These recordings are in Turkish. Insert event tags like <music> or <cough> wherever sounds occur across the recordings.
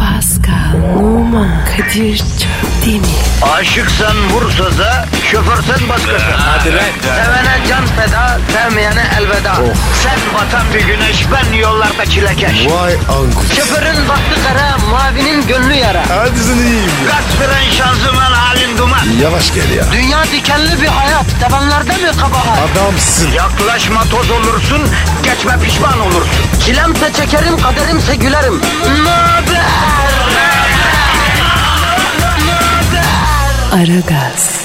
Pascal, Oman, Kadir çok değil mi? Aşıksan vursa da şoförsen başkasın. Hadi lan. Sevene can feda, sevmeyene elveda. Sen batan bir güneş, ben yollarda çilekeş. Vay anku. Şoförün baktı kara, mavinin gönlü yara. Hadi sen iyiyim ya. Kasperen şanzıman halin duman. Yavaş gel ya. Dünya dikenli bir hayat, sevenlerde mi kabahar? Adamsın. Yaklaşma toz olursun, geçme pişman olursun. Çilemse çekerim, kaderimse gülerim. Möber! Aragaz,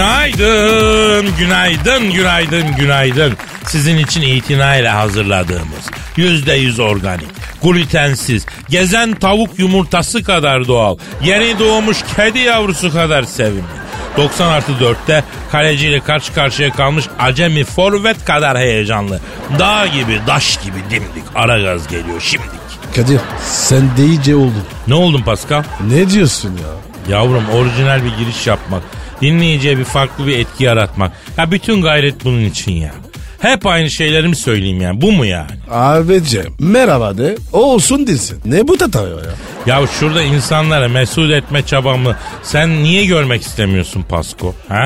Günaydın, günaydın, günaydın, günaydın. Sizin için itinayla hazırladığımız yüzde yüz organik, glutensiz, gezen tavuk yumurtası kadar doğal, yeni doğmuş kedi yavrusu kadar sevimli. 90 artı 4'te kaleciyle karşı karşıya kalmış acemi forvet kadar heyecanlı. Dağ gibi, daş gibi dimdik ara gaz geliyor şimdik. Kadir sen de iyice oldun. Ne oldun Pascal? Ne diyorsun ya? Yavrum orijinal bir giriş yapmak. Dinleyiciye bir farklı bir etki yaratmak. Ya bütün gayret bunun için ya. Hep aynı şeyleri mi söyleyeyim yani? Bu mu yani? Abicim merhaba de o olsun desin. Ne bu tatava ya? Ya şurada insanlara mesut etme çabamı sen niye görmek istemiyorsun Pasko? Ha?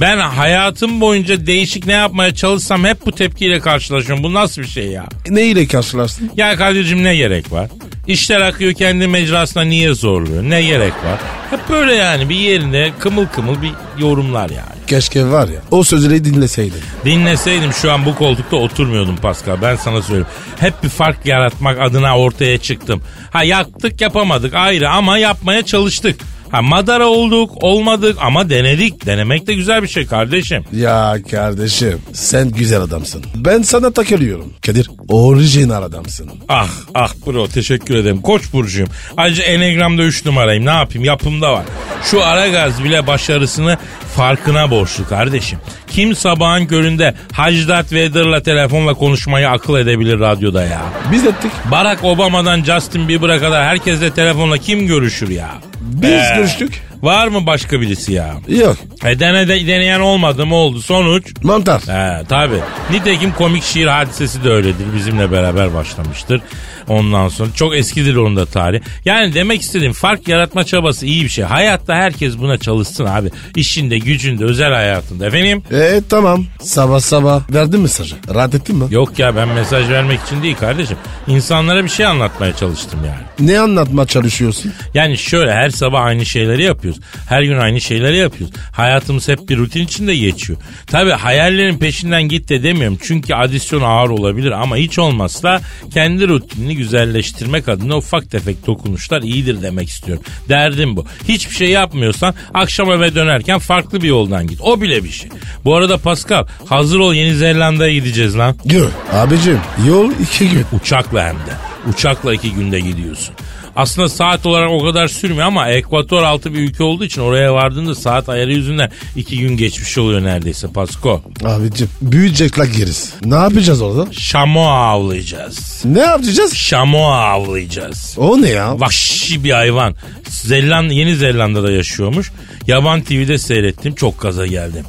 Ben hayatım boyunca değişik ne yapmaya çalışsam hep bu tepkiyle karşılaşıyorum. Bu nasıl bir şey ya? Ne ile karşılaştın? Ya Kadir'cim ne gerek var? İşler akıyor kendi mecrasına niye zorluyor? Ne gerek var? Hep böyle yani bir yerinde kımıl kımıl bir yorumlar yani. Keşke var ya o sözleri dinleseydin. Dinleseydim şu an bu koltukta oturmuyordum Pascal. Ben sana söyleyeyim. Hep bir fark yaratmak adına ortaya çıktım. Ha yaktık yapamadık ayrı ama yapmaya çalıştık. Ha madara olduk olmadık ama denedik. Denemek de güzel bir şey kardeşim. Ya kardeşim sen güzel adamsın. Ben sana takılıyorum. Kadir orijinal adamsın. Ah ah bro teşekkür ederim. Koç burcuyum. Ayrıca Enegram'da 3 numarayım. Ne yapayım yapımda var. Şu Aragaz bile başarısını farkına borçlu kardeşim. Kim sabahın köründe Hacdat Vedder'la telefonla konuşmayı akıl edebilir radyoda ya? Biz ettik. Barack Obama'dan Justin Bieber'a kadar herkesle telefonla kim görüşür ya? Biz Ee, görüştük. Var mı başka birisi ya? Yok E dene de, deneyen olmadı mı oldu sonuç? mantar. He tabi. Nitekim komik şiir hadisesi de öyledir. Bizimle beraber başlamıştır. Ondan sonra çok eskidir onun da tarih. Yani demek istediğim fark yaratma çabası iyi bir şey. Hayatta herkes buna çalışsın abi. İşinde, gücünde, özel hayatında. Efendim? E tamam sabah sabah verdin mesajı. Rahat ettin mi? Yok ya ben mesaj vermek için değil kardeşim. İnsanlara bir şey anlatmaya çalıştım yani. Ne anlatma çalışıyorsun? Yani şöyle her sabah aynı şeyleri yapıyoruz. Her gün aynı şeyleri yapıyoruz. Hayatımız hep bir rutin içinde geçiyor. Tabii hayallerin peşinden git de demiyorum. Çünkü adisyon ağır olabilir ama hiç olmazsa kendi rutinini güzelleştirmek adına ufak tefek dokunuşlar iyidir demek istiyorum. Derdim bu. Hiçbir şey yapmıyorsan akşam eve dönerken farklı bir yoldan git. O bile bir şey. Bu arada Pascal hazır ol Yeni Zelanda'ya gideceğiz lan. Yok. Abicim yol iki gün. Uçakla hem de. Uçakla iki günde gidiyorsun. Aslında saat olarak o kadar sürmüyor ama ekvator altı bir ülke olduğu için oraya vardığında saat ayarı yüzünden iki gün geçmiş oluyor neredeyse Pasko. Abicim büyüyecek la giriz. Ne yapacağız orada? Şamoa avlayacağız. Ne yapacağız? Şamoa avlayacağız. O ne ya? Vahşi bir hayvan. Zelland, Yeni Zelanda'da yaşıyormuş. Yaban TV'de seyrettim. Çok gaza geldim.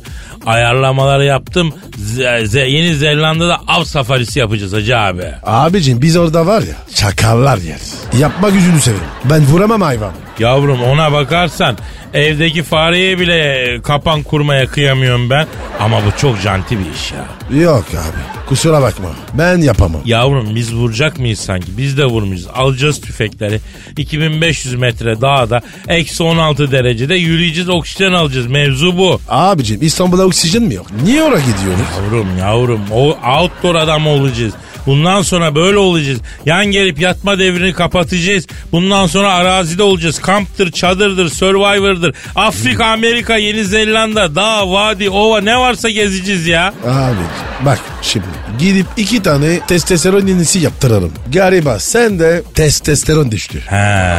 Ayarlamaları yaptım. Ze- Ze- Yeni Zelanda'da av safarisi yapacağız hacı abi. Abicim biz orada var ya çakallar yer. Yapma gücünü severim. Ben vuramam hayvan. Yavrum ona bakarsan evdeki fareye bile kapan kurmaya kıyamıyorum ben. Ama bu çok janti bir iş ya. Yok abi kusura bakma ben yapamam. Yavrum biz vuracak mıyız sanki? Biz de vurmayacağız. Alacağız tüfekleri. 2500 metre dağda eksi 16 derecede yürüyeceğiz oksijen alacağız. Mevzu bu. Abicim İstanbul'da oksijen mi yok? Niye oraya gidiyoruz? Yavrum yavrum o outdoor adam olacağız. Bundan sonra böyle olacağız. Yan gelip yatma devrini kapatacağız. Bundan sonra arazide olacağız. Kamptır, çadırdır, survivor'dır. Afrika, Amerika, Yeni Zelanda, dağ, vadi, ova ne varsa gezeceğiz ya. Abicim bak şimdi gidip iki tane testosteron inisi yaptıralım. Gariba sen de testosteron düştü. He.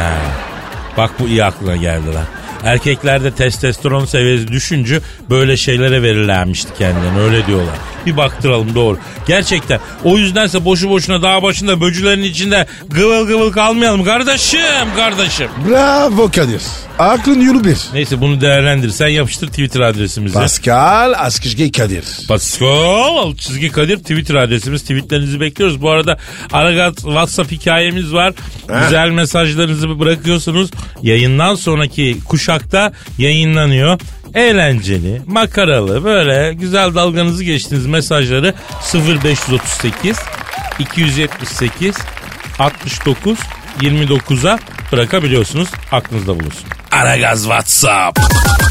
Bak bu iyi aklına geldi lan. Erkeklerde testosteron seviyesi düşünce böyle şeylere verirlermişti kendilerini öyle diyorlar. bir baktıralım doğru. Gerçekten. O yüzdense boşu boşuna dağ başında böcülerin içinde gıvıl gıvıl kalmayalım kardeşim kardeşim. Bravo Kadir. Aklın yolu bir. Neyse bunu değerlendir. Sen yapıştır Twitter adresimizi. Pascal Askışge Kadir. Pascal alt çizgi Kadir Twitter adresimiz. Tweetlerinizi bekliyoruz. Bu arada Aragaz WhatsApp hikayemiz var. Güzel mesajlarınızı bırakıyorsunuz. Yayından sonraki kuşakta yayınlanıyor. Eğlenceli, makaralı böyle güzel dalganızı geçtiğiniz mesajları 0538 278 69 29'a bırakabiliyorsunuz. Aklınızda bulunsun. Aragaz WhatsApp.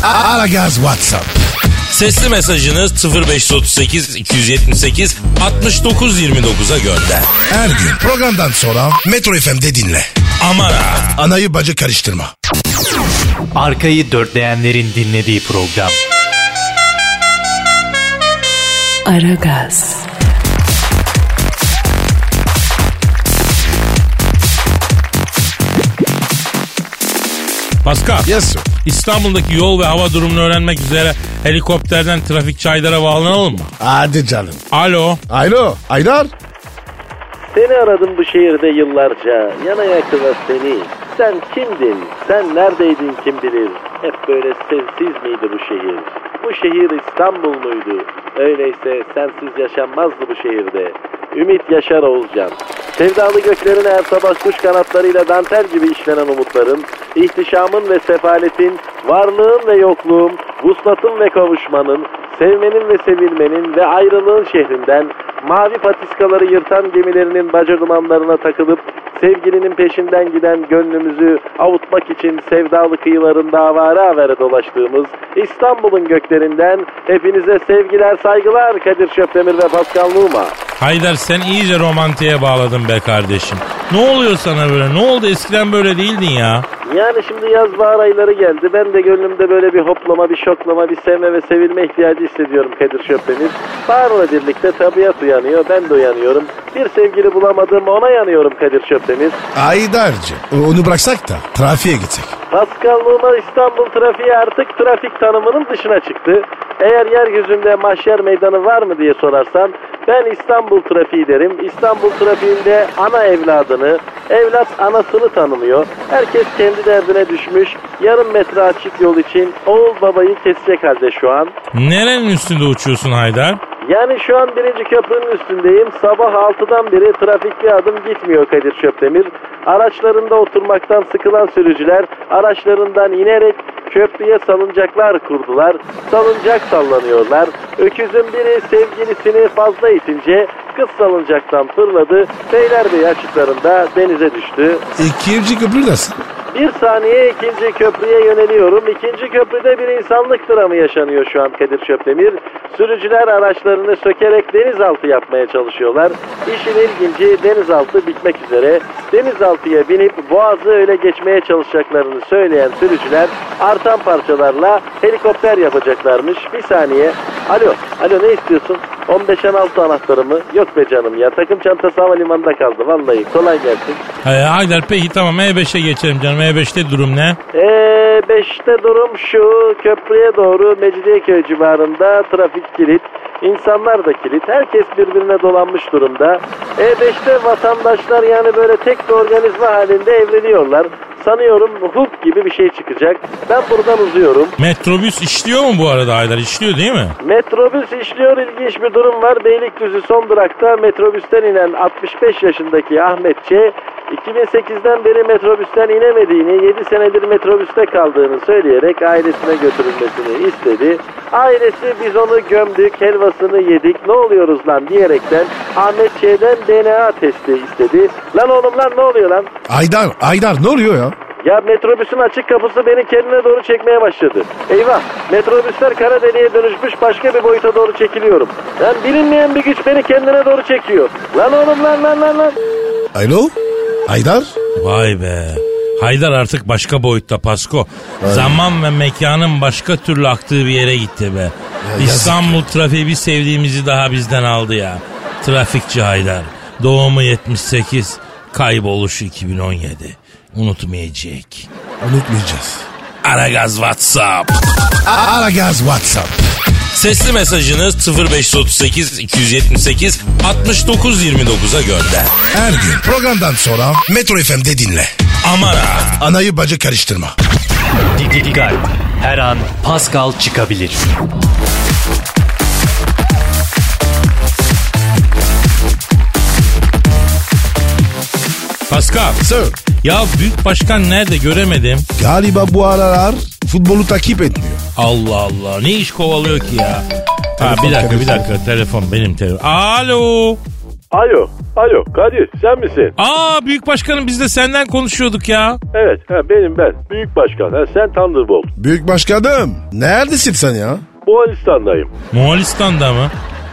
Ara gaz WhatsApp. Sesli mesajınız 0538 278 69 29'a gönder. Her gün programdan sonra Metro FM'de dinle. Aman ha. Anayı bacı karıştırma. Arkayı dörtleyenlerin dinlediği program. Aragaz, Pascal. Yes sir. İstanbul'daki yol ve hava durumunu öğrenmek üzere helikopterden trafik çaydara bağlanalım mı? Hadi canım. Alo. Alo. Aydar. Seni aradım bu şehirde yıllarca. Yana yakına seni. Sen kimdin? Sen neredeydin kim bilir? Hep böyle sensiz miydi bu şehir? Bu şehir İstanbul muydu? Öyleyse sensiz yaşanmazdı bu şehirde. Ümit Yaşar Oğuzcan. Sevdalı göklerine her sabah kuş kanatlarıyla dantel gibi işlenen umutlarım, ihtişamın ve sefaletin, varlığın ve yokluğum, vuslatın ve kavuşmanın, sevmenin ve sevilmenin ve ayrılığın şehrinden, mavi patiskaları yırtan gemilerinin baca dumanlarına takılıp sevgilinin peşinden giden gönlümüzü avutmak için sevdalı kıyılarında avare avare dolaştığımız İstanbul'un göklerinden hepinize sevgiler saygılar Kadir Şöpdemir ve Pascal Numa. Haydar sen iyice romantiğe bağladın be kardeşim. Ne oluyor sana böyle? Ne oldu? Eskiden böyle değildin ya. Yani şimdi yaz bahar ayları geldi. Ben de gönlümde böyle bir hoplama, bir şoklama, bir sevme ve sevilme ihtiyacı hissediyorum Kadir Şöpdemir. Baharla birlikte tabiat uyanıyor, ben de uyanıyorum. Bir sevgili bulamadım, ona yanıyorum Kadir Şöpdemir. Aydar'cı. E, Onu bıraksak da trafiğe gitsek. Paskanlığıma İstanbul trafiği artık trafik tanımının dışına çıktı. Eğer yeryüzünde mahşer meydanı var mı diye sorarsan ben İstanbul trafiği derim. İstanbul trafiğinde ana evladını, evlat anasını tanımıyor. Herkes kendi derdine düşmüş. Yarım metre açık yol için oğul babayı kesecek halde şu an. Nerenin üstünde uçuyorsun Haydar? Yani şu an birinci köprünün üstündeyim. Sabah 6'dan beri trafik bir adım gitmiyor Kadir Çöpdemir. Araçlarında oturmaktan sıkılan sürücüler araçlarından inerek köprüye salıncaklar kurdular. Salıncak sallanıyorlar. Öküzün biri sevgilisini fazla itince kız salıncaktan fırladı. Beylerbeyi açıklarında denize düştü. İkinci köprü E, nasıl? Bir saniye ikinci köprüye yöneliyorum. İkinci köprüde bir insanlık dramı yaşanıyor şu an Kadir Çöpdemir. Sürücüler araçlarını sökerek denizaltı yapmaya çalışıyorlar. İşin ilginci denizaltı bitmek üzere. Denizaltıya binip boğazı öyle geçmeye çalışacaklarını söyleyen sürücüler artan parçalarla helikopter yapacaklarmış. Bir saniye. Alo, alo ne istiyorsun? 15 16 anahtarımı. Yok be canım ya takım çantası havalimanında kaldı vallahi. Kolay gelsin. Ee, Haydar peki tamam E5'e geçelim canım. E5'te durum ne? Ee, beşte durum şu. Köprüye doğru Mecidiyeköy civarında trafik kilit. İnsanlar da kilit. Herkes birbirine dolanmış durumda. E5'te vatandaşlar yani böyle tek bir organizma halinde evriliyorlar. Sanıyorum hukuk gibi bir şey çıkacak. Ben buradan uzuyorum. Metrobüs işliyor mu bu arada Haydar? İşliyor değil mi? Metrobüs işliyor ilginç bir durum var. Beylikdüzü son durakta metrobüsten inen 65 yaşındaki Ahmet Ç. 2008'den beri metrobüsten inemediğini, 7 senedir metrobüste kaldığını söyleyerek ailesine götürülmesini istedi. Ailesi biz onu gömdük, helvasını yedik, ne oluyoruz lan diyerekten Ahmet Ç'den DNA testi istedi. Lan oğlum lan ne oluyor lan? Aydar. Aydar ne oluyor ya? Ya metrobüsün açık kapısı beni kendine doğru çekmeye başladı. Eyvah metrobüsler kara deliğe dönüşmüş başka bir boyuta doğru çekiliyorum. Lan bilinmeyen bir güç beni kendine doğru çekiyor. Lan oğlum lan lan lan lan. Alo. Aydar. Vay be. Haydar artık başka boyutta Pasko. Zaman ve mekanın başka türlü aktığı bir yere gitti be. İstanbul trafiği bir sevdiğimizi daha bizden aldı ya. Trafikçi Haydar. Doğumu 78, kayboluşu 2017. Unutmayacak. Unutmayacağız. Aragaz WhatsApp. Ara gaz WhatsApp. Sesli mesajınız 0538 278 69 29'a gönder. Her gün programdan sonra Metro FM'de dinle. Aman ha. Anayı bacı karıştırma. Didi Dikkat. Her an Pascal çıkabilir. Pascal. Sir. Ya büyük başkan nerede göremedim. Galiba bu aralar futbolu takip etmiyor. Allah Allah ne iş kovalıyor ki ya. Ha, Telefon, bir dakika bir telefon. dakika telefon benim telefon. Alo. Alo, alo Kadir sen misin? Aa büyük başkanım biz de senden konuşuyorduk ya. Evet, ha, benim ben. Büyük başkan, ha, sen Thunderbolt. Büyük başkanım. Neredesin sen ya? Moğolistan'dayım. Moğolistan'da mı?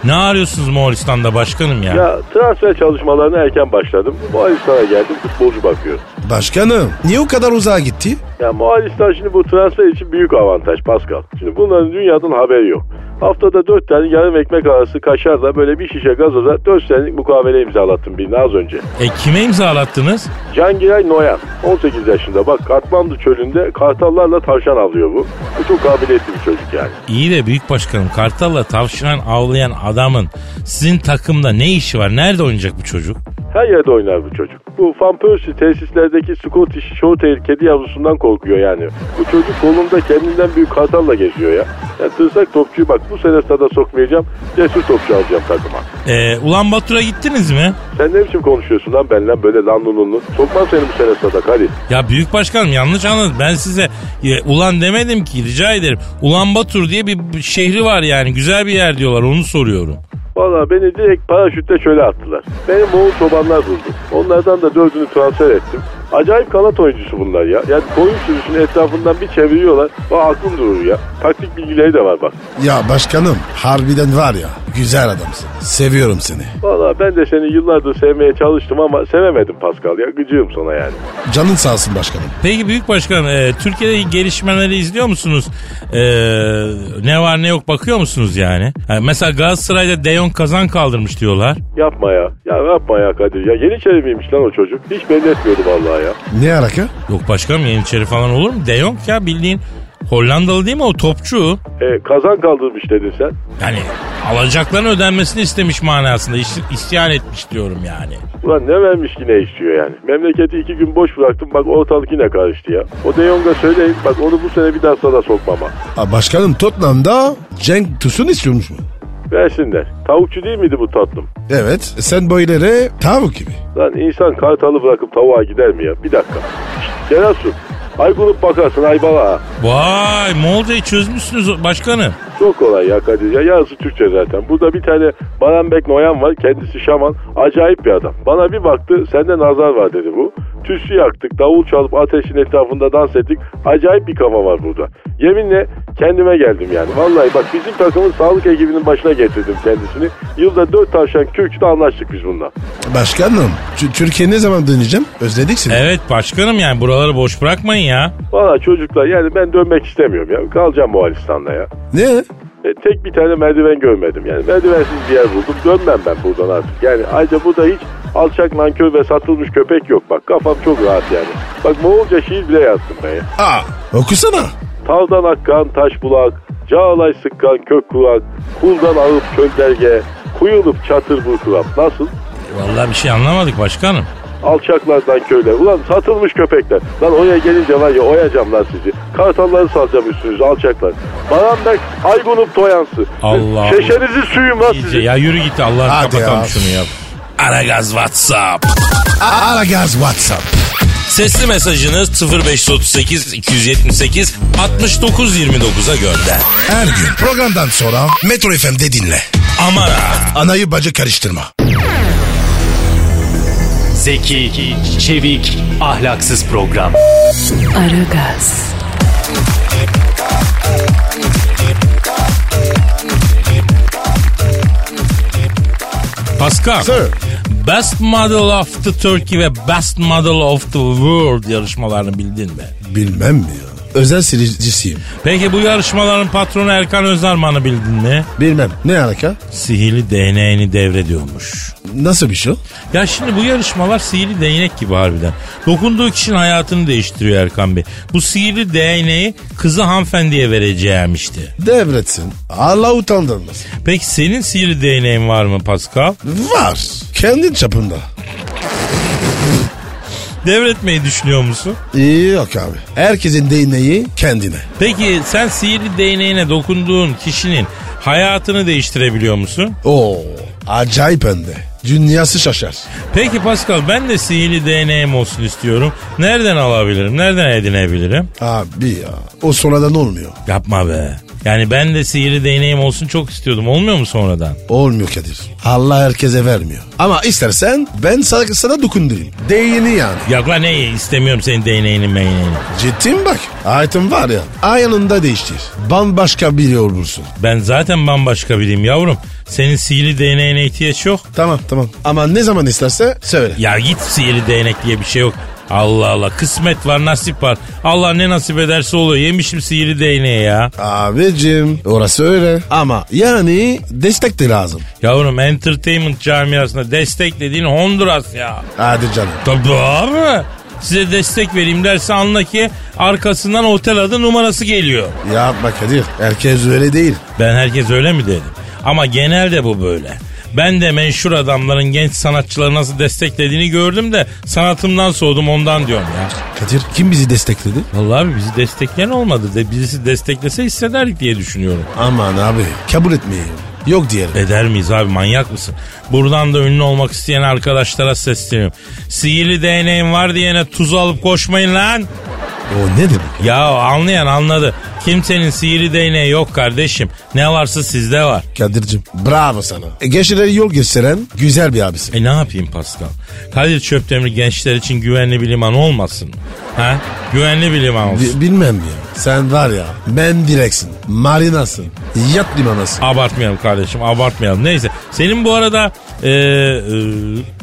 Ne arıyorsunuz Moğolistan'da başkanım ya? Ya transfer çalışmalarına erken başladım. Moğolistan'a geldim, futbolcu bakıyorum. Başkanım. Niye o kadar uzağa gitti? Ya Moğolistan şimdi bu transfer için büyük avantaj Pascal. Şimdi bunların dünyadan haberi yok. Haftada dört tane yarım ekmek arası kaşarla böyle bir şişe gazoza 4 senelik mukavele imzalattım birine az önce. E kime imzalattınız? Cangiray Noyan 18 yaşında bak Katmandu çölünde kartallarla tavşan avlıyor bu. Bu çok kabiliyetli bir çocuk yani. İyi de büyük başkanım Kartal'la tavşan avlayan adamın sizin takımda ne işi var? Nerede oynayacak bu çocuk? Her yerde oynar bu çocuk. Bu Van Persie tesislerdeki Scottish Shorthair kedi yavrusundan korkuyor yani. Bu çocuk kolunda kendinden büyük kartalla geziyor ya. Ya tırsak topçuyu bak bu sene stada sokmayacağım. Cesur topçu alacağım takıma. E, Ulan Batur'a gittiniz mi? Sen ne biçim konuşuyorsun lan benimle böyle lan lun lun lun. Sokmam seni bu sene stada hadi. Ya büyük başkanım yanlış anladın. Ben size e, ulan demedim ki rica ederim. Ulan Batur diye bir bir şehri var yani. Güzel bir yer diyorlar onu soruyorum. Valla beni direkt paraşütle şöyle attılar. Benim Moğol çobanlar buldu. Onlardan da dördünü transfer ettim. Acayip kanat oyuncusu bunlar ya. Yani koyun sürüsünü etrafından bir çeviriyorlar. Bak aklım durur ya. Taktik bilgileri de var bak. Ya başkanım harbiden var ya güzel adamsın. Seviyorum seni. Valla ben de seni yıllardır sevmeye çalıştım ama sevemedim Pascal ya. Gıcığım sana yani. Canın sağ olsun başkanım. Peki büyük başkanım e, Türkiye'deki gelişmeleri izliyor musunuz? E, ne var ne yok bakıyor musunuz yani? Ha, mesela Galatasaray'da Deyon kazan kaldırmış diyorlar. Yapma ya. Ya yapma ya Kadir ya. Yeniçeri miymiş lan o çocuk? Hiç belli etmiyordu vallahi ya. Ne alaka? Yok başkanım Yeniçeri falan olur mu? De Jong ya bildiğin Hollandalı değil mi o topçu? E, kazan kaldırmış dedin sen. Yani alacakların ödenmesini istemiş manasında is- isyan etmiş diyorum yani. Ulan ne vermiş yine istiyor yani. Memleketi iki gün boş bıraktım bak ortalık yine karıştı ya. O De Jong'a söyleyin bak onu bu sene bir daha sana sokmama. Ha, başkanım Tottenham'da Cenk Tosun istiyormuş mu? Versinler. Tavukçu değil miydi bu tatlım? Evet sen boylere tavuk gibi. Lan insan kartalı bırakıp tavuğa gider mi ya? Bir dakika. Şşt, Celasu. Aykulup bakarsın Aybala ha. Vay Molda'yı çözmüşsünüz o- başkanım. Çok kolay ya Kadir. Ya yarısı Türkçe zaten. Burada bir tane Baran Bek Noyan var. Kendisi şaman. Acayip bir adam. Bana bir baktı. Sende nazar var dedi bu. Tütsü yaktık. Davul çalıp ateşin etrafında dans ettik. Acayip bir kafa var burada. Yeminle kendime geldim yani. Vallahi bak bizim takımın sağlık ekibinin başına getirdim kendisini. Yılda dört tavşan kürküde anlaştık biz bununla. Başkanım Tü- Türkiye'ye ne zaman döneceğim? Özledik seni. Evet başkanım yani buraları boş bırakmayın ya. Valla çocuklar yani ben dönmek istemiyorum ya. Kalacağım Moğolistan'da ya. Ne? E, tek bir tane merdiven görmedim. Yani merdivensiz bir yer buldum. Dönmem ben buradan artık. Yani ayrıca burada hiç alçak nankör ve satılmış köpek yok bak. Kafam çok rahat yani. Bak Moğolca şiir bile yazdım ben ya. Aa okusana. Tavdan akkan taş bulak, cağlay sıkkan kök kulak, kuldan ağıp çölderge, kuyulup çatır bu kulak. Nasıl? Vallahi bir şey anlamadık başkanım. Alçaklardan köyler. Ulan satılmış köpekler. Lan oraya gelince var ya oyacağım lan sizi. Kartalları salacağım üstünüze alçaklar. Baran Bek, Aygunup Toyansı. Allah Şeşenizi suyum lan İyice sizi. ya yürü git Allah Hadi kapatalım ya. şunu ya. Aragaz WhatsApp. Aragaz WhatsApp. Sesli mesajınız 0538 278 69 29'a gönder. Her gün programdan sonra Metro FM'de dinle. Aman ha. Anayı bacı karıştırma. Zeki, çevik, ahlaksız program. Aragaz, Pascal. Sir. Best Model of the Turkey ve Best Model of the World yarışmalarını bildin mi? Bilmem mi ya? Özel silicisiyim. Peki bu yarışmaların patronu Erkan Özarman'ı bildin mi? Bilmem. Ne alaka? Sihirli DNA'ni devrediyormuş. Nasıl bir şey o? Ya şimdi bu yarışmalar sihirli değnek gibi harbiden. Dokunduğu kişinin hayatını değiştiriyor Erkan Bey. Bu sihirli değneği kızı hanımefendiye vereceğim işte. Devretsin. Allah utandırmasın. Peki senin sihirli değneğin var mı Pascal? Var. Kendi çapında. Devretmeyi düşünüyor musun? İyi yok abi. Herkesin değneği kendine. Peki sen sihirli değneğine dokunduğun kişinin hayatını değiştirebiliyor musun? Oo acayip önde. Dünyası şaşar. Peki Pascal ben de sihirli değneğim olsun istiyorum. Nereden alabilirim? Nereden edinebilirim? Abi ya. O sonradan olmuyor. Yapma be. Yani ben de sihirli değneğim olsun çok istiyordum. Olmuyor mu sonradan? Olmuyor Kadir. Allah herkese vermiyor. Ama istersen ben sana, sana dokundurayım. Değini yani. Yok lan ne istemiyorum senin değneğini meyneğini. Ciddi mi bak? Ayetim var ya. Ayağında değiştir. Bambaşka biri olursun. Ben zaten bambaşka biriyim yavrum. Senin sihirli değneğine ihtiyaç yok. Tamam tamam. Ama ne zaman isterse söyle. Ya git sihirli değnek diye bir şey yok. Allah Allah kısmet var nasip var. Allah ne nasip ederse oluyor. Yemişim sihirli değneği ya. Abicim orası öyle. Ama yani destek de lazım. Yavrum entertainment camiasına destek dediğin Honduras ya. Hadi canım. Tabii abi. Size destek vereyim derse anla ki arkasından otel adı numarası geliyor. Yapma Kadir. Herkes öyle değil. Ben herkes öyle mi dedim? Ama genelde bu böyle. Ben de menşur adamların genç sanatçıları nasıl desteklediğini gördüm de sanatımdan soğudum ondan diyorum ya. Kadir kim bizi destekledi? Vallahi abi bizi destekleyen olmadı de birisi desteklese hissederdik diye düşünüyorum. Aman abi kabul etmeyelim. Yok diyelim. Eder miyiz abi manyak mısın? Buradan da ünlü olmak isteyen arkadaşlara sesleniyorum. Sihirli DNA'm var diyene tuz alıp koşmayın lan. E, O ne demek? Ya anlayan anladı. Kimsenin sihirli değneği yok kardeşim. Ne varsa sizde var. Kadir'cim bravo sana. E, gençlere yol gösteren güzel bir abisin. E ne yapayım Pascal? Kadir Çöptemir gençler için güvenli bir liman olmasın mı? Ha? Güvenli bir liman olsun. Bi- bilmem ya. Sen var ya ben direksin. Marinasın. Yat limanasın. Abartmayalım kardeşim abartmayalım. Neyse senin bu arada e, e,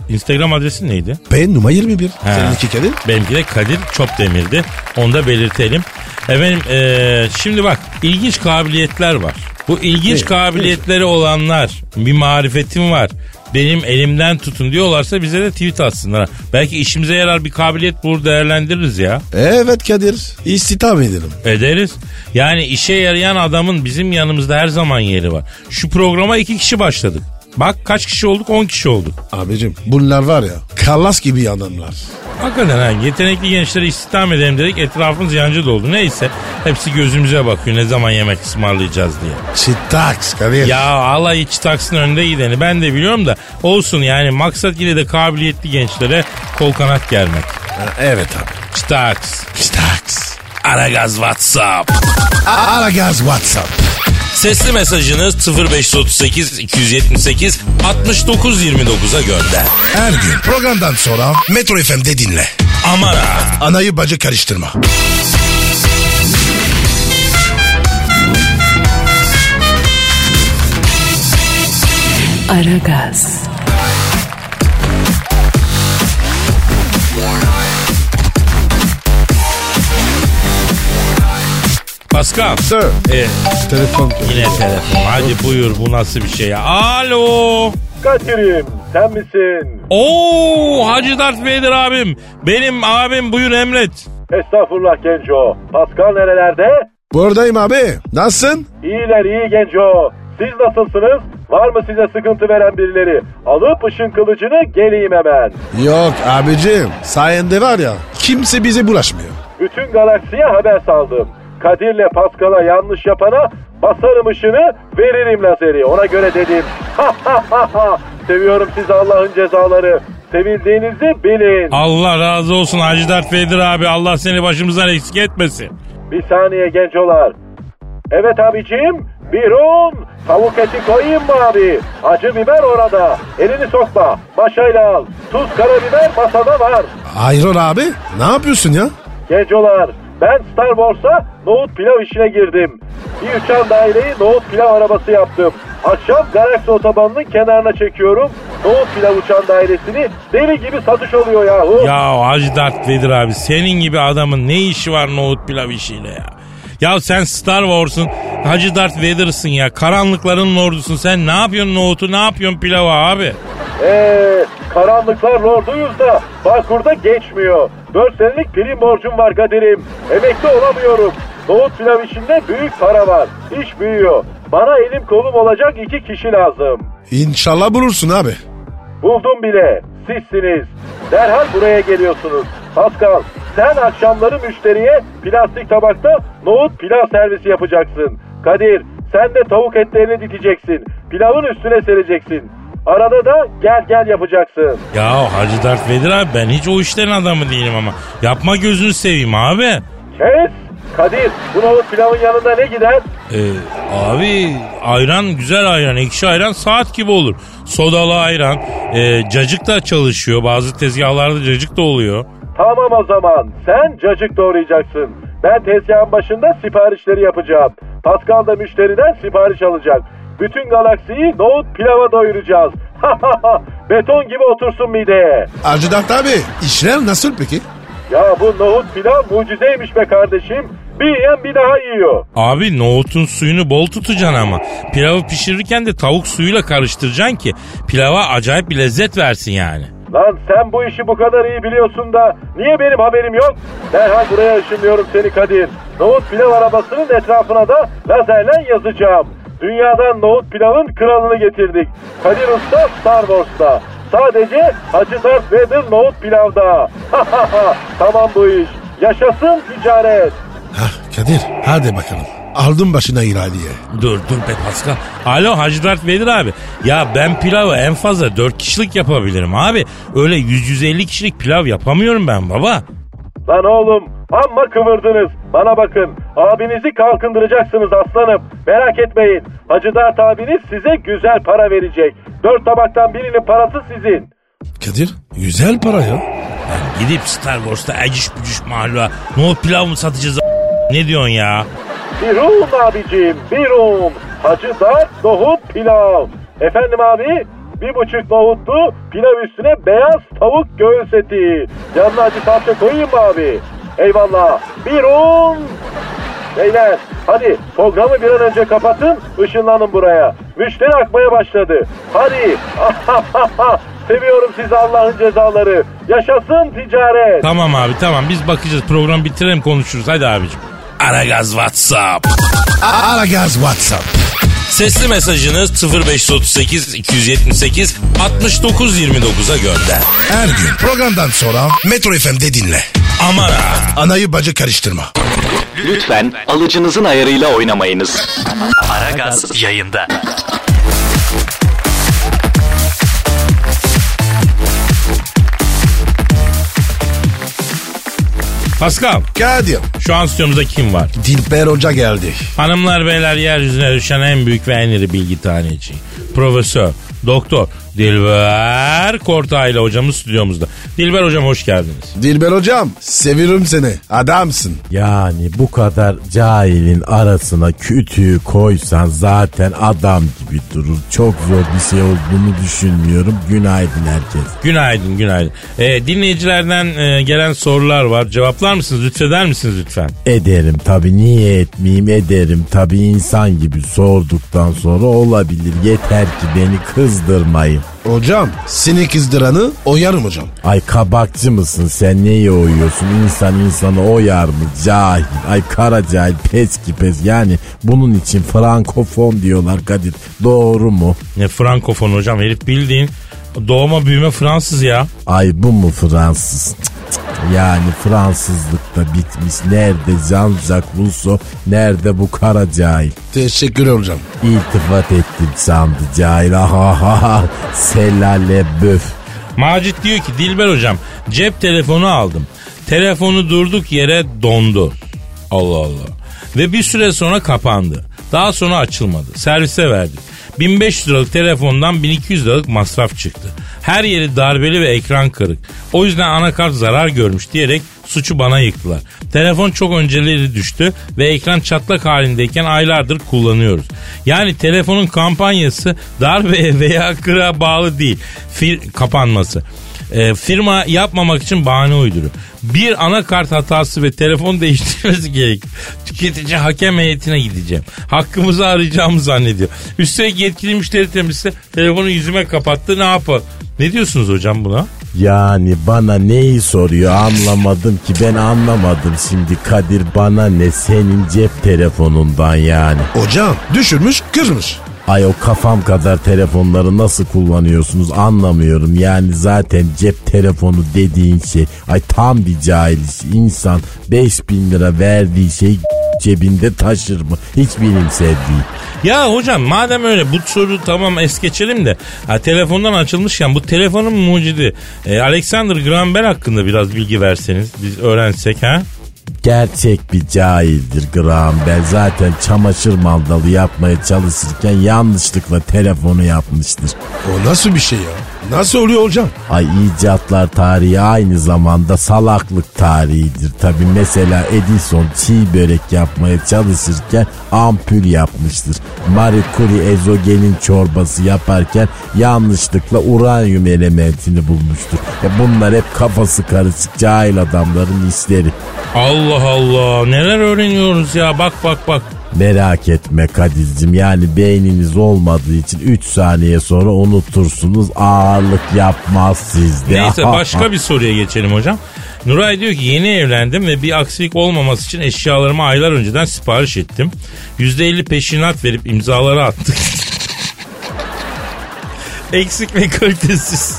Instagram adresin neydi? Ben numara 21. Ha. Seninki Kadir. Benimki de Kadir Çöpdemir'di. Onu da belirtelim. Efendim e, şimdi bak ilginç kabiliyetler var. Bu ilginç kabiliyetleri olanlar bir marifetim var. Benim elimden tutun diyorlarsa bize de tweet atsınlar. ha. Belki işimize yarar bir kabiliyet bulur değerlendiririz ya. Evet Kadir. İstihdam edelim. Ederiz. Yani işe yarayan adamın bizim yanımızda her zaman yeri var. Şu programa iki kişi başladık. Bak kaç kişi olduk? 10 kişi olduk. Abicim bunlar var ya kallas gibi adamlar. Hakikaten ha, yetenekli gençleri istihdam edelim dedik etrafımız yancı doldu. Neyse hepsi gözümüze bakıyor ne zaman yemek ısmarlayacağız diye. Çıtaks Kadir. Ya alay iç taksın önde gideni ben de biliyorum da olsun yani maksat yine de kabiliyetli gençlere kol kanat germek. Ha, evet abi. Staks. Çıtaks. Aragaz WhatsApp. Ara gaz WhatsApp. Sesli mesajınız 0538 278 69 29'a gönder. Her gün programdan sonra Metro FM'de dinle. Amara. Anayı bacı karıştırma. Aragaz, Pascal. Sir. E, Telefon. yine telefon. Hadi buyur bu nasıl bir şey ya. Alo. Kadir'im sen misin? Oo Hacı Dert Vedir abim. Benim abim buyur emret. Estağfurullah Genco. Pascal nerelerde? Buradayım abi. Nasılsın? İyiler iyi Genco. Siz nasılsınız? Var mı size sıkıntı veren birileri? Alıp ışın kılıcını geleyim hemen. Yok abicim. Sayende var ya kimse bize bulaşmıyor. Bütün galaksiye haber saldım. Kadir'le Pascal'a yanlış yapana basarım ışını veririm lazeri. Ona göre dedim. <laughs> Ha ha ha ha. Seviyorum sizi Allah'ın cezaları. Sevildiğinizi bilin. Allah razı olsun Hacı Dert Vedir abi. Allah seni başımızdan eksik etmesin. Bir saniye gencolar. Evet abicim. Birun. Tavuk eti koyayım mı abi? Acı biber orada. Elini sokma. Maşayla al. Tuz karabiber masada var. Hayron abi ne yapıyorsun ya? Gencolar ben Star Wars'a nohut pilav işine girdim. Bir uçan daireyi nohut pilav arabası yaptım. Akşam Galaxy otobanının kenarına çekiyorum. Nohut pilav uçan dairesini deli gibi satış oluyor yahu. Ya Hacı Dert Vedir abi senin gibi adamın ne işi var nohut pilav işiyle ya. Ya sen Star Wars'un Hacı Dert Vader'sın ya. Karanlıkların lordusun. Sen ne yapıyorsun nohutu ne yapıyorsun pilava abi? Eee karanlıklar lorduyuz da Bağkur'da geçmiyor. 4 senelik prim borcum var kaderim. Emekli olamıyorum. Nohut pilav işinde büyük para var. İş büyüyor. Bana elim kolum olacak iki kişi lazım. İnşallah bulursun abi. Buldum bile. Sizsiniz. Derhal buraya geliyorsunuz. Pascal sen akşamları müşteriye plastik tabakta nohut pilav servisi yapacaksın. Kadir sen de tavuk etlerini diteceksin. Pilavın üstüne sereceksin. Arada da gel gel yapacaksın. Ya Hacı Dert Vedir abi ben hiç o işlerin adamı değilim ama. Yapma gözünü seveyim abi. Kes! Kadir bu nohut pilavın yanında ne gider? Ee, abi ayran güzel ayran ekşi ayran saat gibi olur. Sodalı ayran. Ee, cacık da çalışıyor bazı tezgahlarda cacık da oluyor. Tamam o zaman sen cacık doğrayacaksın. Ben tezgahın başında siparişleri yapacağım. Pascal da müşteriden sipariş alacak. Bütün galaksiyi nohut pilava doyuracağız. <laughs> Beton gibi otursun mideye. Hacı Dert abi işler nasıl peki? Ya bu nohut pilav mucizeymiş be kardeşim. Bir yiyen bir daha yiyor. Abi nohutun suyunu bol tutacaksın ama. Pilavı pişirirken de tavuk suyuyla karıştıracaksın ki pilava acayip bir lezzet versin yani. Lan sen bu işi bu kadar iyi biliyorsun da niye benim haberim yok? Derhal buraya ışınlıyorum seni Kadir. Nohut pilav arabasının etrafına da lazerle yazacağım. Dünyadan nohut pilavın kralını getirdik. Kadir Usta Star Wars'ta. Sadece Hacı Darth Vader nohut pilavda. <laughs> tamam bu iş. Yaşasın ticaret. Hah Kadir hadi bakalım. Aldım başına iradiye. Dur dur be Pascal. Alo Hacı Dert Vedir abi. Ya ben pilavı en fazla 4 kişilik yapabilirim abi. Öyle 100-150 kişilik pilav yapamıyorum ben baba. Lan oğlum amma kıvırdınız. Bana bakın abinizi kalkındıracaksınız aslanım. Merak etmeyin. Hacı Dert abiniz size güzel para verecek. Dört tabaktan birinin parası sizin. Kadir güzel para ya. Gidip Star Wars'ta eciş bücüş mahluğa nohut pilav mı satacağız a- Ne diyorsun ya? Bir um abicim bir um. Hacı Dert nohut pilav. Efendim abi bir buçuk nohutlu pilav üstüne beyaz tavuk göğüs eti. Yanına acı salça koyayım mı abi? Eyvallah. Bir um Beyler hadi programı bir an önce kapatın ışınlanın buraya. Müşteri akmaya başladı. Hadi. <laughs> Seviyorum sizi Allah'ın cezaları. Yaşasın ticaret. Tamam abi tamam biz bakacağız program bitirelim konuşuruz hadi abicim. Aragaz WhatsApp. Aragaz WhatsApp. Sesli mesajınız 0538 278 69 29'a gönder. Her gün programdan sonra Metro FM'de dinle. Aman ha. Anayı bacı karıştırma. Lütfen alıcınızın ayarıyla oynamayınız. Aragaz yayında. Pascal Kadir. şu an stüdyomuzda kim var? Dilber Hoca geldi. Hanımlar beyler yeryüzüne düşen en büyük ve en iri bilgi taneci. Profesör, doktor Dilber Kortaylı hocamız stüdyomuzda. Dilber hocam hoş geldiniz. Dilber Hocam seviyorum seni. Adamsın. Yani bu kadar cahilin arasına kütüğü koysan zaten adam gibi durur. Çok zor bir şey olduğunu düşünmüyorum. Günaydın herkes. Günaydın günaydın. Ee, dinleyicilerden e, gelen sorular var. Cevaplar mısınız? Lütfeder misiniz lütfen? Ederim tabi niye etmeyeyim ederim tabi insan gibi sorduktan sonra olabilir yeter ki beni kızdırmayın. Hocam seni kızdıranı oyarım hocam. Ay kabakçı mısın sen neye oyuyorsun insan insanı oyar mı cahil ay kara cahil peski pes yani bunun için frankofon diyorlar Kadir doğru mu? Ne E, frankofon hocam herif bildiğin doğma büyüme Fransız ya. Ay bu mu Fransız? Cık cık cık. Yani Fransızlık da bitmiş. Nerede Jean-Jacques Rousseau, nerede bu kara cahil? Teşekkür hocam. İltifat ettim sandı cahil. Ha ha ha. Selale böf. Macit diyor ki Dilber hocam cep telefonu aldım. Telefonu durduk yere dondu. Allah Allah. Ve bir süre sonra kapandı. Daha sonra açılmadı. Servise verdik. 1500 liralık telefondan 1200 liralık masraf çıktı. Her yeri darbeli ve ekran kırık. O yüzden anakart zarar görmüş diyerek suçu bana yıktılar. Telefon çok önceleri düştü ve ekran çatlak halindeyken aylardır kullanıyoruz. Yani telefonun kampanyası darbeye <laughs> veya kıra bağlı değil. Fir kapanması. E, firma yapmamak için bahane uyduruyor. Bir anakart hatası ve telefon <laughs> değiştirmesi gerek. Tüketici hakem heyetine gideceğim. Hakkımızı arayacağımı zannediyor. Üstelik yetkili müşteri temsilcisi telefonu yüzüme kapattı ne yapar? Ne diyorsunuz hocam buna? Yani bana neyi soruyor anlamadım ki ben anlamadım şimdi Kadir bana ne senin cep telefonundan yani. Hocam düşürmüş kırmış. Ay o kafam kadar telefonları nasıl kullanıyorsunuz anlamıyorum. Yani zaten cep telefonu dediğin şey ay tam bir cahil iş. İnsan 5000 lira verdiği şey cebinde taşır mı? Hiç bilimsel değil. Ya hocam madem öyle bu soru tamam es geçelim de ha, telefondan açılmışken bu telefonun mucidi e, Alexander Graham Bell hakkında biraz bilgi verseniz biz öğrensek ha? Gerçek bir cahildir Graham Bell. Zaten çamaşır mandalı yapmaya çalışırken yanlışlıkla telefonu yapmıştır. O nasıl bir şey ya? Nasıl oluyor hocam? Ay icatlar tarihi aynı zamanda salaklık tarihidir. Tabi mesela Edison çiğ börek yapmaya çalışırken ampul yapmıştır. Marie Curie ezogelin çorbası yaparken yanlışlıkla uranyum elementini bulmuştur. Ya bunlar hep kafası karışık cahil adamların işleri. Allah Allah neler öğreniyoruz ya bak bak bak. Merak etme Kadir'cim yani beyniniz olmadığı için 3 saniye sonra unutursunuz ağırlık yapmaz sizde. Neyse <laughs> başka bir soruya geçelim hocam. Nuray diyor ki yeni evlendim ve bir aksilik olmaması için eşyalarımı aylar önceden sipariş ettim. %50 peşinat verip imzaları attık. Eksik ve kalitesiz.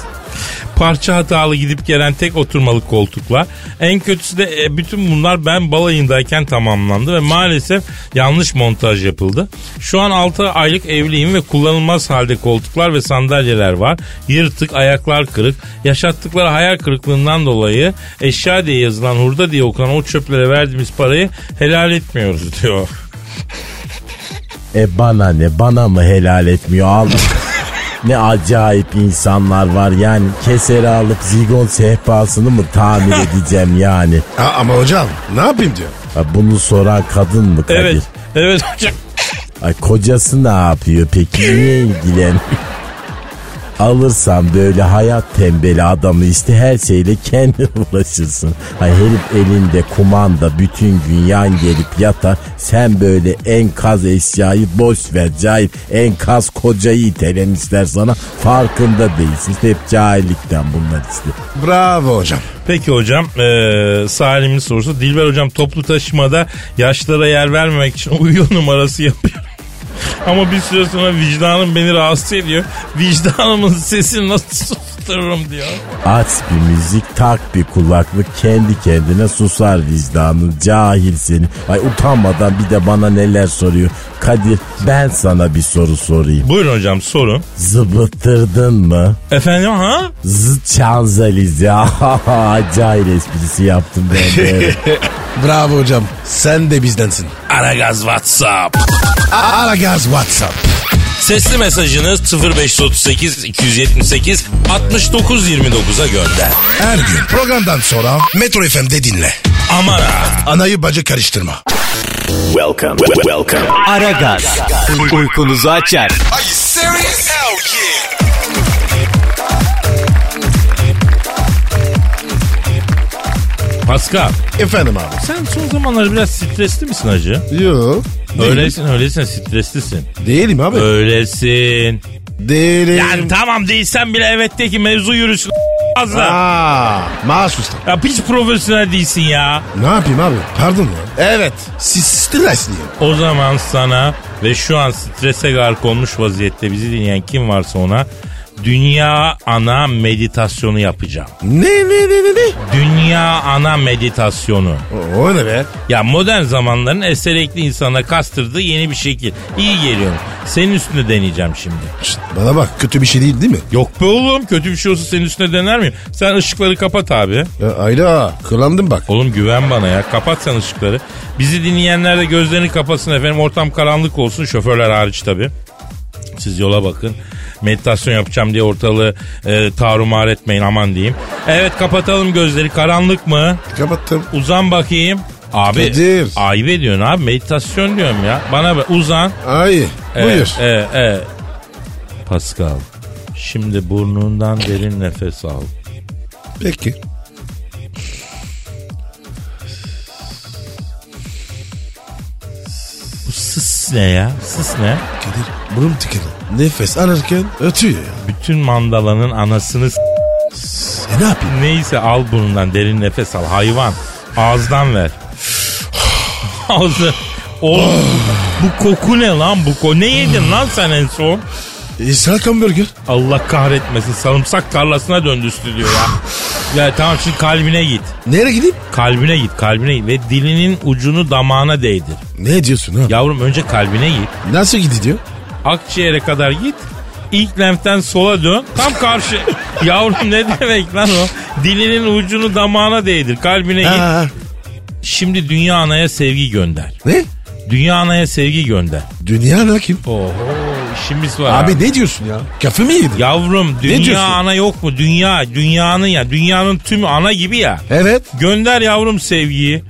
Parça hatalı gidip gelen tek oturmalık koltuklar. En kötüsü de e, bütün bunlar ben balayındayken tamamlandı ve maalesef yanlış montaj yapıldı. Şu an 6 aylık evliyim ve kullanılmaz halde koltuklar ve sandalyeler var. Yırtık, ayaklar kırık. Yaşattıkları hayal kırıklığından dolayı eşya diye yazılan, hurda diye okunan o çöplere verdiğimiz parayı helal etmiyoruz diyor. E bana ne bana mı helal etmiyor al. ne acayip insanlar var yani keseri alıp zigon sehpasını mı tamir edeceğim yani. Ha, ama hocam ne yapayım diyor. Ha, Bunu soran kadın mı Kadir? Evet, evet hocam. Ay kocası ne yapıyor peki niye ilgilen? Alırsam böyle hayat tembeli adamı işte her şeyle kendi <laughs> uğraşırsın. Ay herif elinde kumanda bütün gün yan gelip yatar. Sen böyle enkaz eşyayı boş ver cahil. Enkaz kocayı itelemişler sana. Farkında değilsin. Hep cahillikten bunlar işte. Bravo hocam. Peki hocam eee Salim'in sorusu. Dilber hocam toplu taşımada yaşlara yer vermemek için <laughs> uyuyor numarası yapıyor. <laughs> Ama bir süre sonra vicdanım beni rahatsız ediyor. Vicdanımın sesini nasıl sustururum diyor. Aç bir müzik, tak bir kulaklık, kendi kendine susar vicdanın, cahil seni. Ay utanmadan bir de bana neler soruyor. Kadir ben sana bir soru sorayım. Buyurun hocam sorun. Zıbıttırdın mı? Efendim ha? Zı <laughs> Çanzalize. Cahil esprisi yaptım ben de. Bravo hocam. Sen de bizdensin. Aragaz WhatsApp. Aragaz WhatsApp. Sesli mesajınız 0538 278 69 29'a gönder. Her gün programdan sonra Metro FM'de dinle. Amara. Anayı bacı karıştırma. Welcome, welcome. Aragaz. Uykunuzu açar. Pascal Efendim abi. sen son zamanlarda biraz stresli misin hacı? Yo. Öylesin öylesin streslisin. Değilim abi. Öylesin. Değilim. Yani tamam değilsen bile evet de ki mevzu yürüsün. Az da. Aa, mahsus. Ya hiç profesyonel değilsin ya. Ne yapayım abi? Pardon ya. Evet. Siz stresliyim. O zaman sana ve şu an strese gark olmuş vaziyette bizi dinleyen kim varsa ona dünya ana meditasyonu yapacağım. Ne ne ne ne ne? Dünya ana meditasyonu. O, o ne be? Ya modern zamanların eserekli insana kastırdığı yeni bir şekil. İyi geliyor. Senin üstünde deneyeceğim şimdi. Şşt, bana bak kötü bir şey değil değil mi? Yok be oğlum kötü bir şey olsa senin üstüne dener miyim? Sen ışıkları kapat abi. Ya, Ayla kırlandım bak. Oğlum güven bana ya. Kapat sen ışıkları. Bizi dinleyenler de gözlerini kapatsın efendim. Ortam karanlık olsun. Şoförler hariç tabii. Siz yola bakın. Meditasyon yapacağım diye ortalığı e, tarumar etmeyin aman diyeyim. Evet kapatalım gözleri. Karanlık mı? Kapattım. Uzan bakayım. Abi Kadir. ayıp ediyorsun abi meditasyon diyorum ya. Bana bak, uzan. Ay E, buyur. E, e. Pascal şimdi burnundan derin nefes al. Peki. Bu sıs Sis ne ya? Sis ne? Kadir burnum tıkalı. Nefes alırken ötüyor ya. Bütün mandalanın anasını s- E ne yapayım? Neyse al burnundan derin nefes al hayvan. Ağızdan ver. <sighs> Ağzı. Oğlum bu koku ne lan bu koku? Ne yedin lan sen en son? İsrail E, hamburger. Allah kahretmesin sarımsak tarlasına döndü stüdyo ya. ya tamam şimdi kalbine git. Nereye gideyim? Kalbine git kalbine git ve dilinin ucunu damağına değdir. Ne diyorsun ha? Yavrum önce kalbine git. Nasıl gidiyor? Akciğere kadar git. İlk lenften sola dön. Tam karşı. <laughs> Yavrum ne demek lan o? Dilinin ucunu damağına değdir. Kalbine git. Ha. Şimdi dünya anaya sevgi gönder. E, Ne? Dünya anaya sevgi gönder. Dünya ne kim? Oho işimiz var. Abi ha. ne diyorsun ya? Kafe mi yedin? Yavrum dünya diyorsun? ana yok mu? Dünya, dünyanın ya. Dünyanın tümü ana gibi ya. Evet. Gönder yavrum sevgiyi.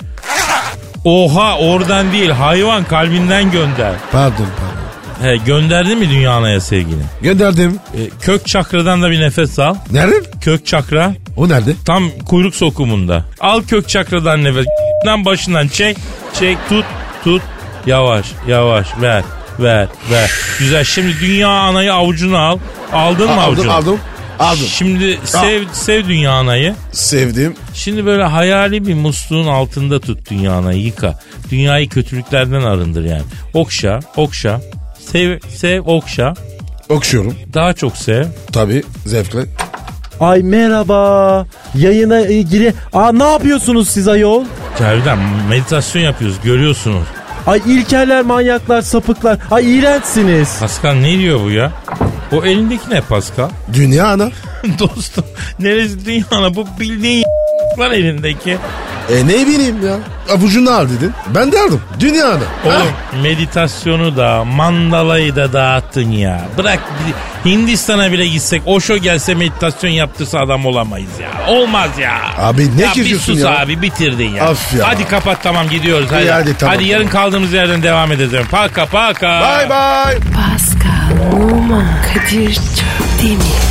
Oha oradan değil hayvan kalbinden gönder. Pardon pardon. He, gönderdin mi dünya anaya sevgini? Gönderdim. E, kök çakradan da bir nefes al. Nerede? Kök çakra O nerede? tam kuyruk sokumunda. Al kök çakradan nefes. Lan başından çek, çek, tut, tut. Yavaş, yavaş ver, ver, ver. Güzel. Şimdi dünya anayı avucuna al. Aldın mı Aldım avucuna? aldım. Aldım. Şimdi sev, sev dünya anayı. Sevdim. Şimdi böyle hayali bir musluğun altında tut dünya anayı yıka. Dünyayı kötülüklerden arındır yani. Okşa, okşa. Sev, sev, okşa. Okşuyorum. Daha çok sev. Tabii zevkle. Ay merhaba. Yayına e, gire... Aa ne yapıyorsunuz siz ayol? Cavidan meditasyon yapıyoruz görüyorsunuz. Ay ilkeller, manyaklar, sapıklar. Ay iğrençsiniz. Pascal ne diyor bu ya? O elindeki ne Pascal? Dünya ana. <laughs> Dostum neresi dünyana bu bildiğin lan elindeki. E ne bileyim ya. Avucunu al dedin. Ben de aldım. Dünya ana. Oğlum Ha? meditasyonu da mandalayı da dağıttın ya. Bırak bir- Hindistan'a bile gitsek Osho gelse meditasyon yaptırsa adam olamayız ya. Olmaz ya. Abi ne ya bir giriyorsun sus ya? abi bitirdin ya. Af ya. Hadi kapat tamam gidiyoruz. Hadi, İyi, hadi, tamam, hadi yarın kaldığımız yerden devam edeceğim. Paka paka. Bye bye. Pascal, Oman, Kadir çok değil mi?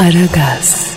Aragaz.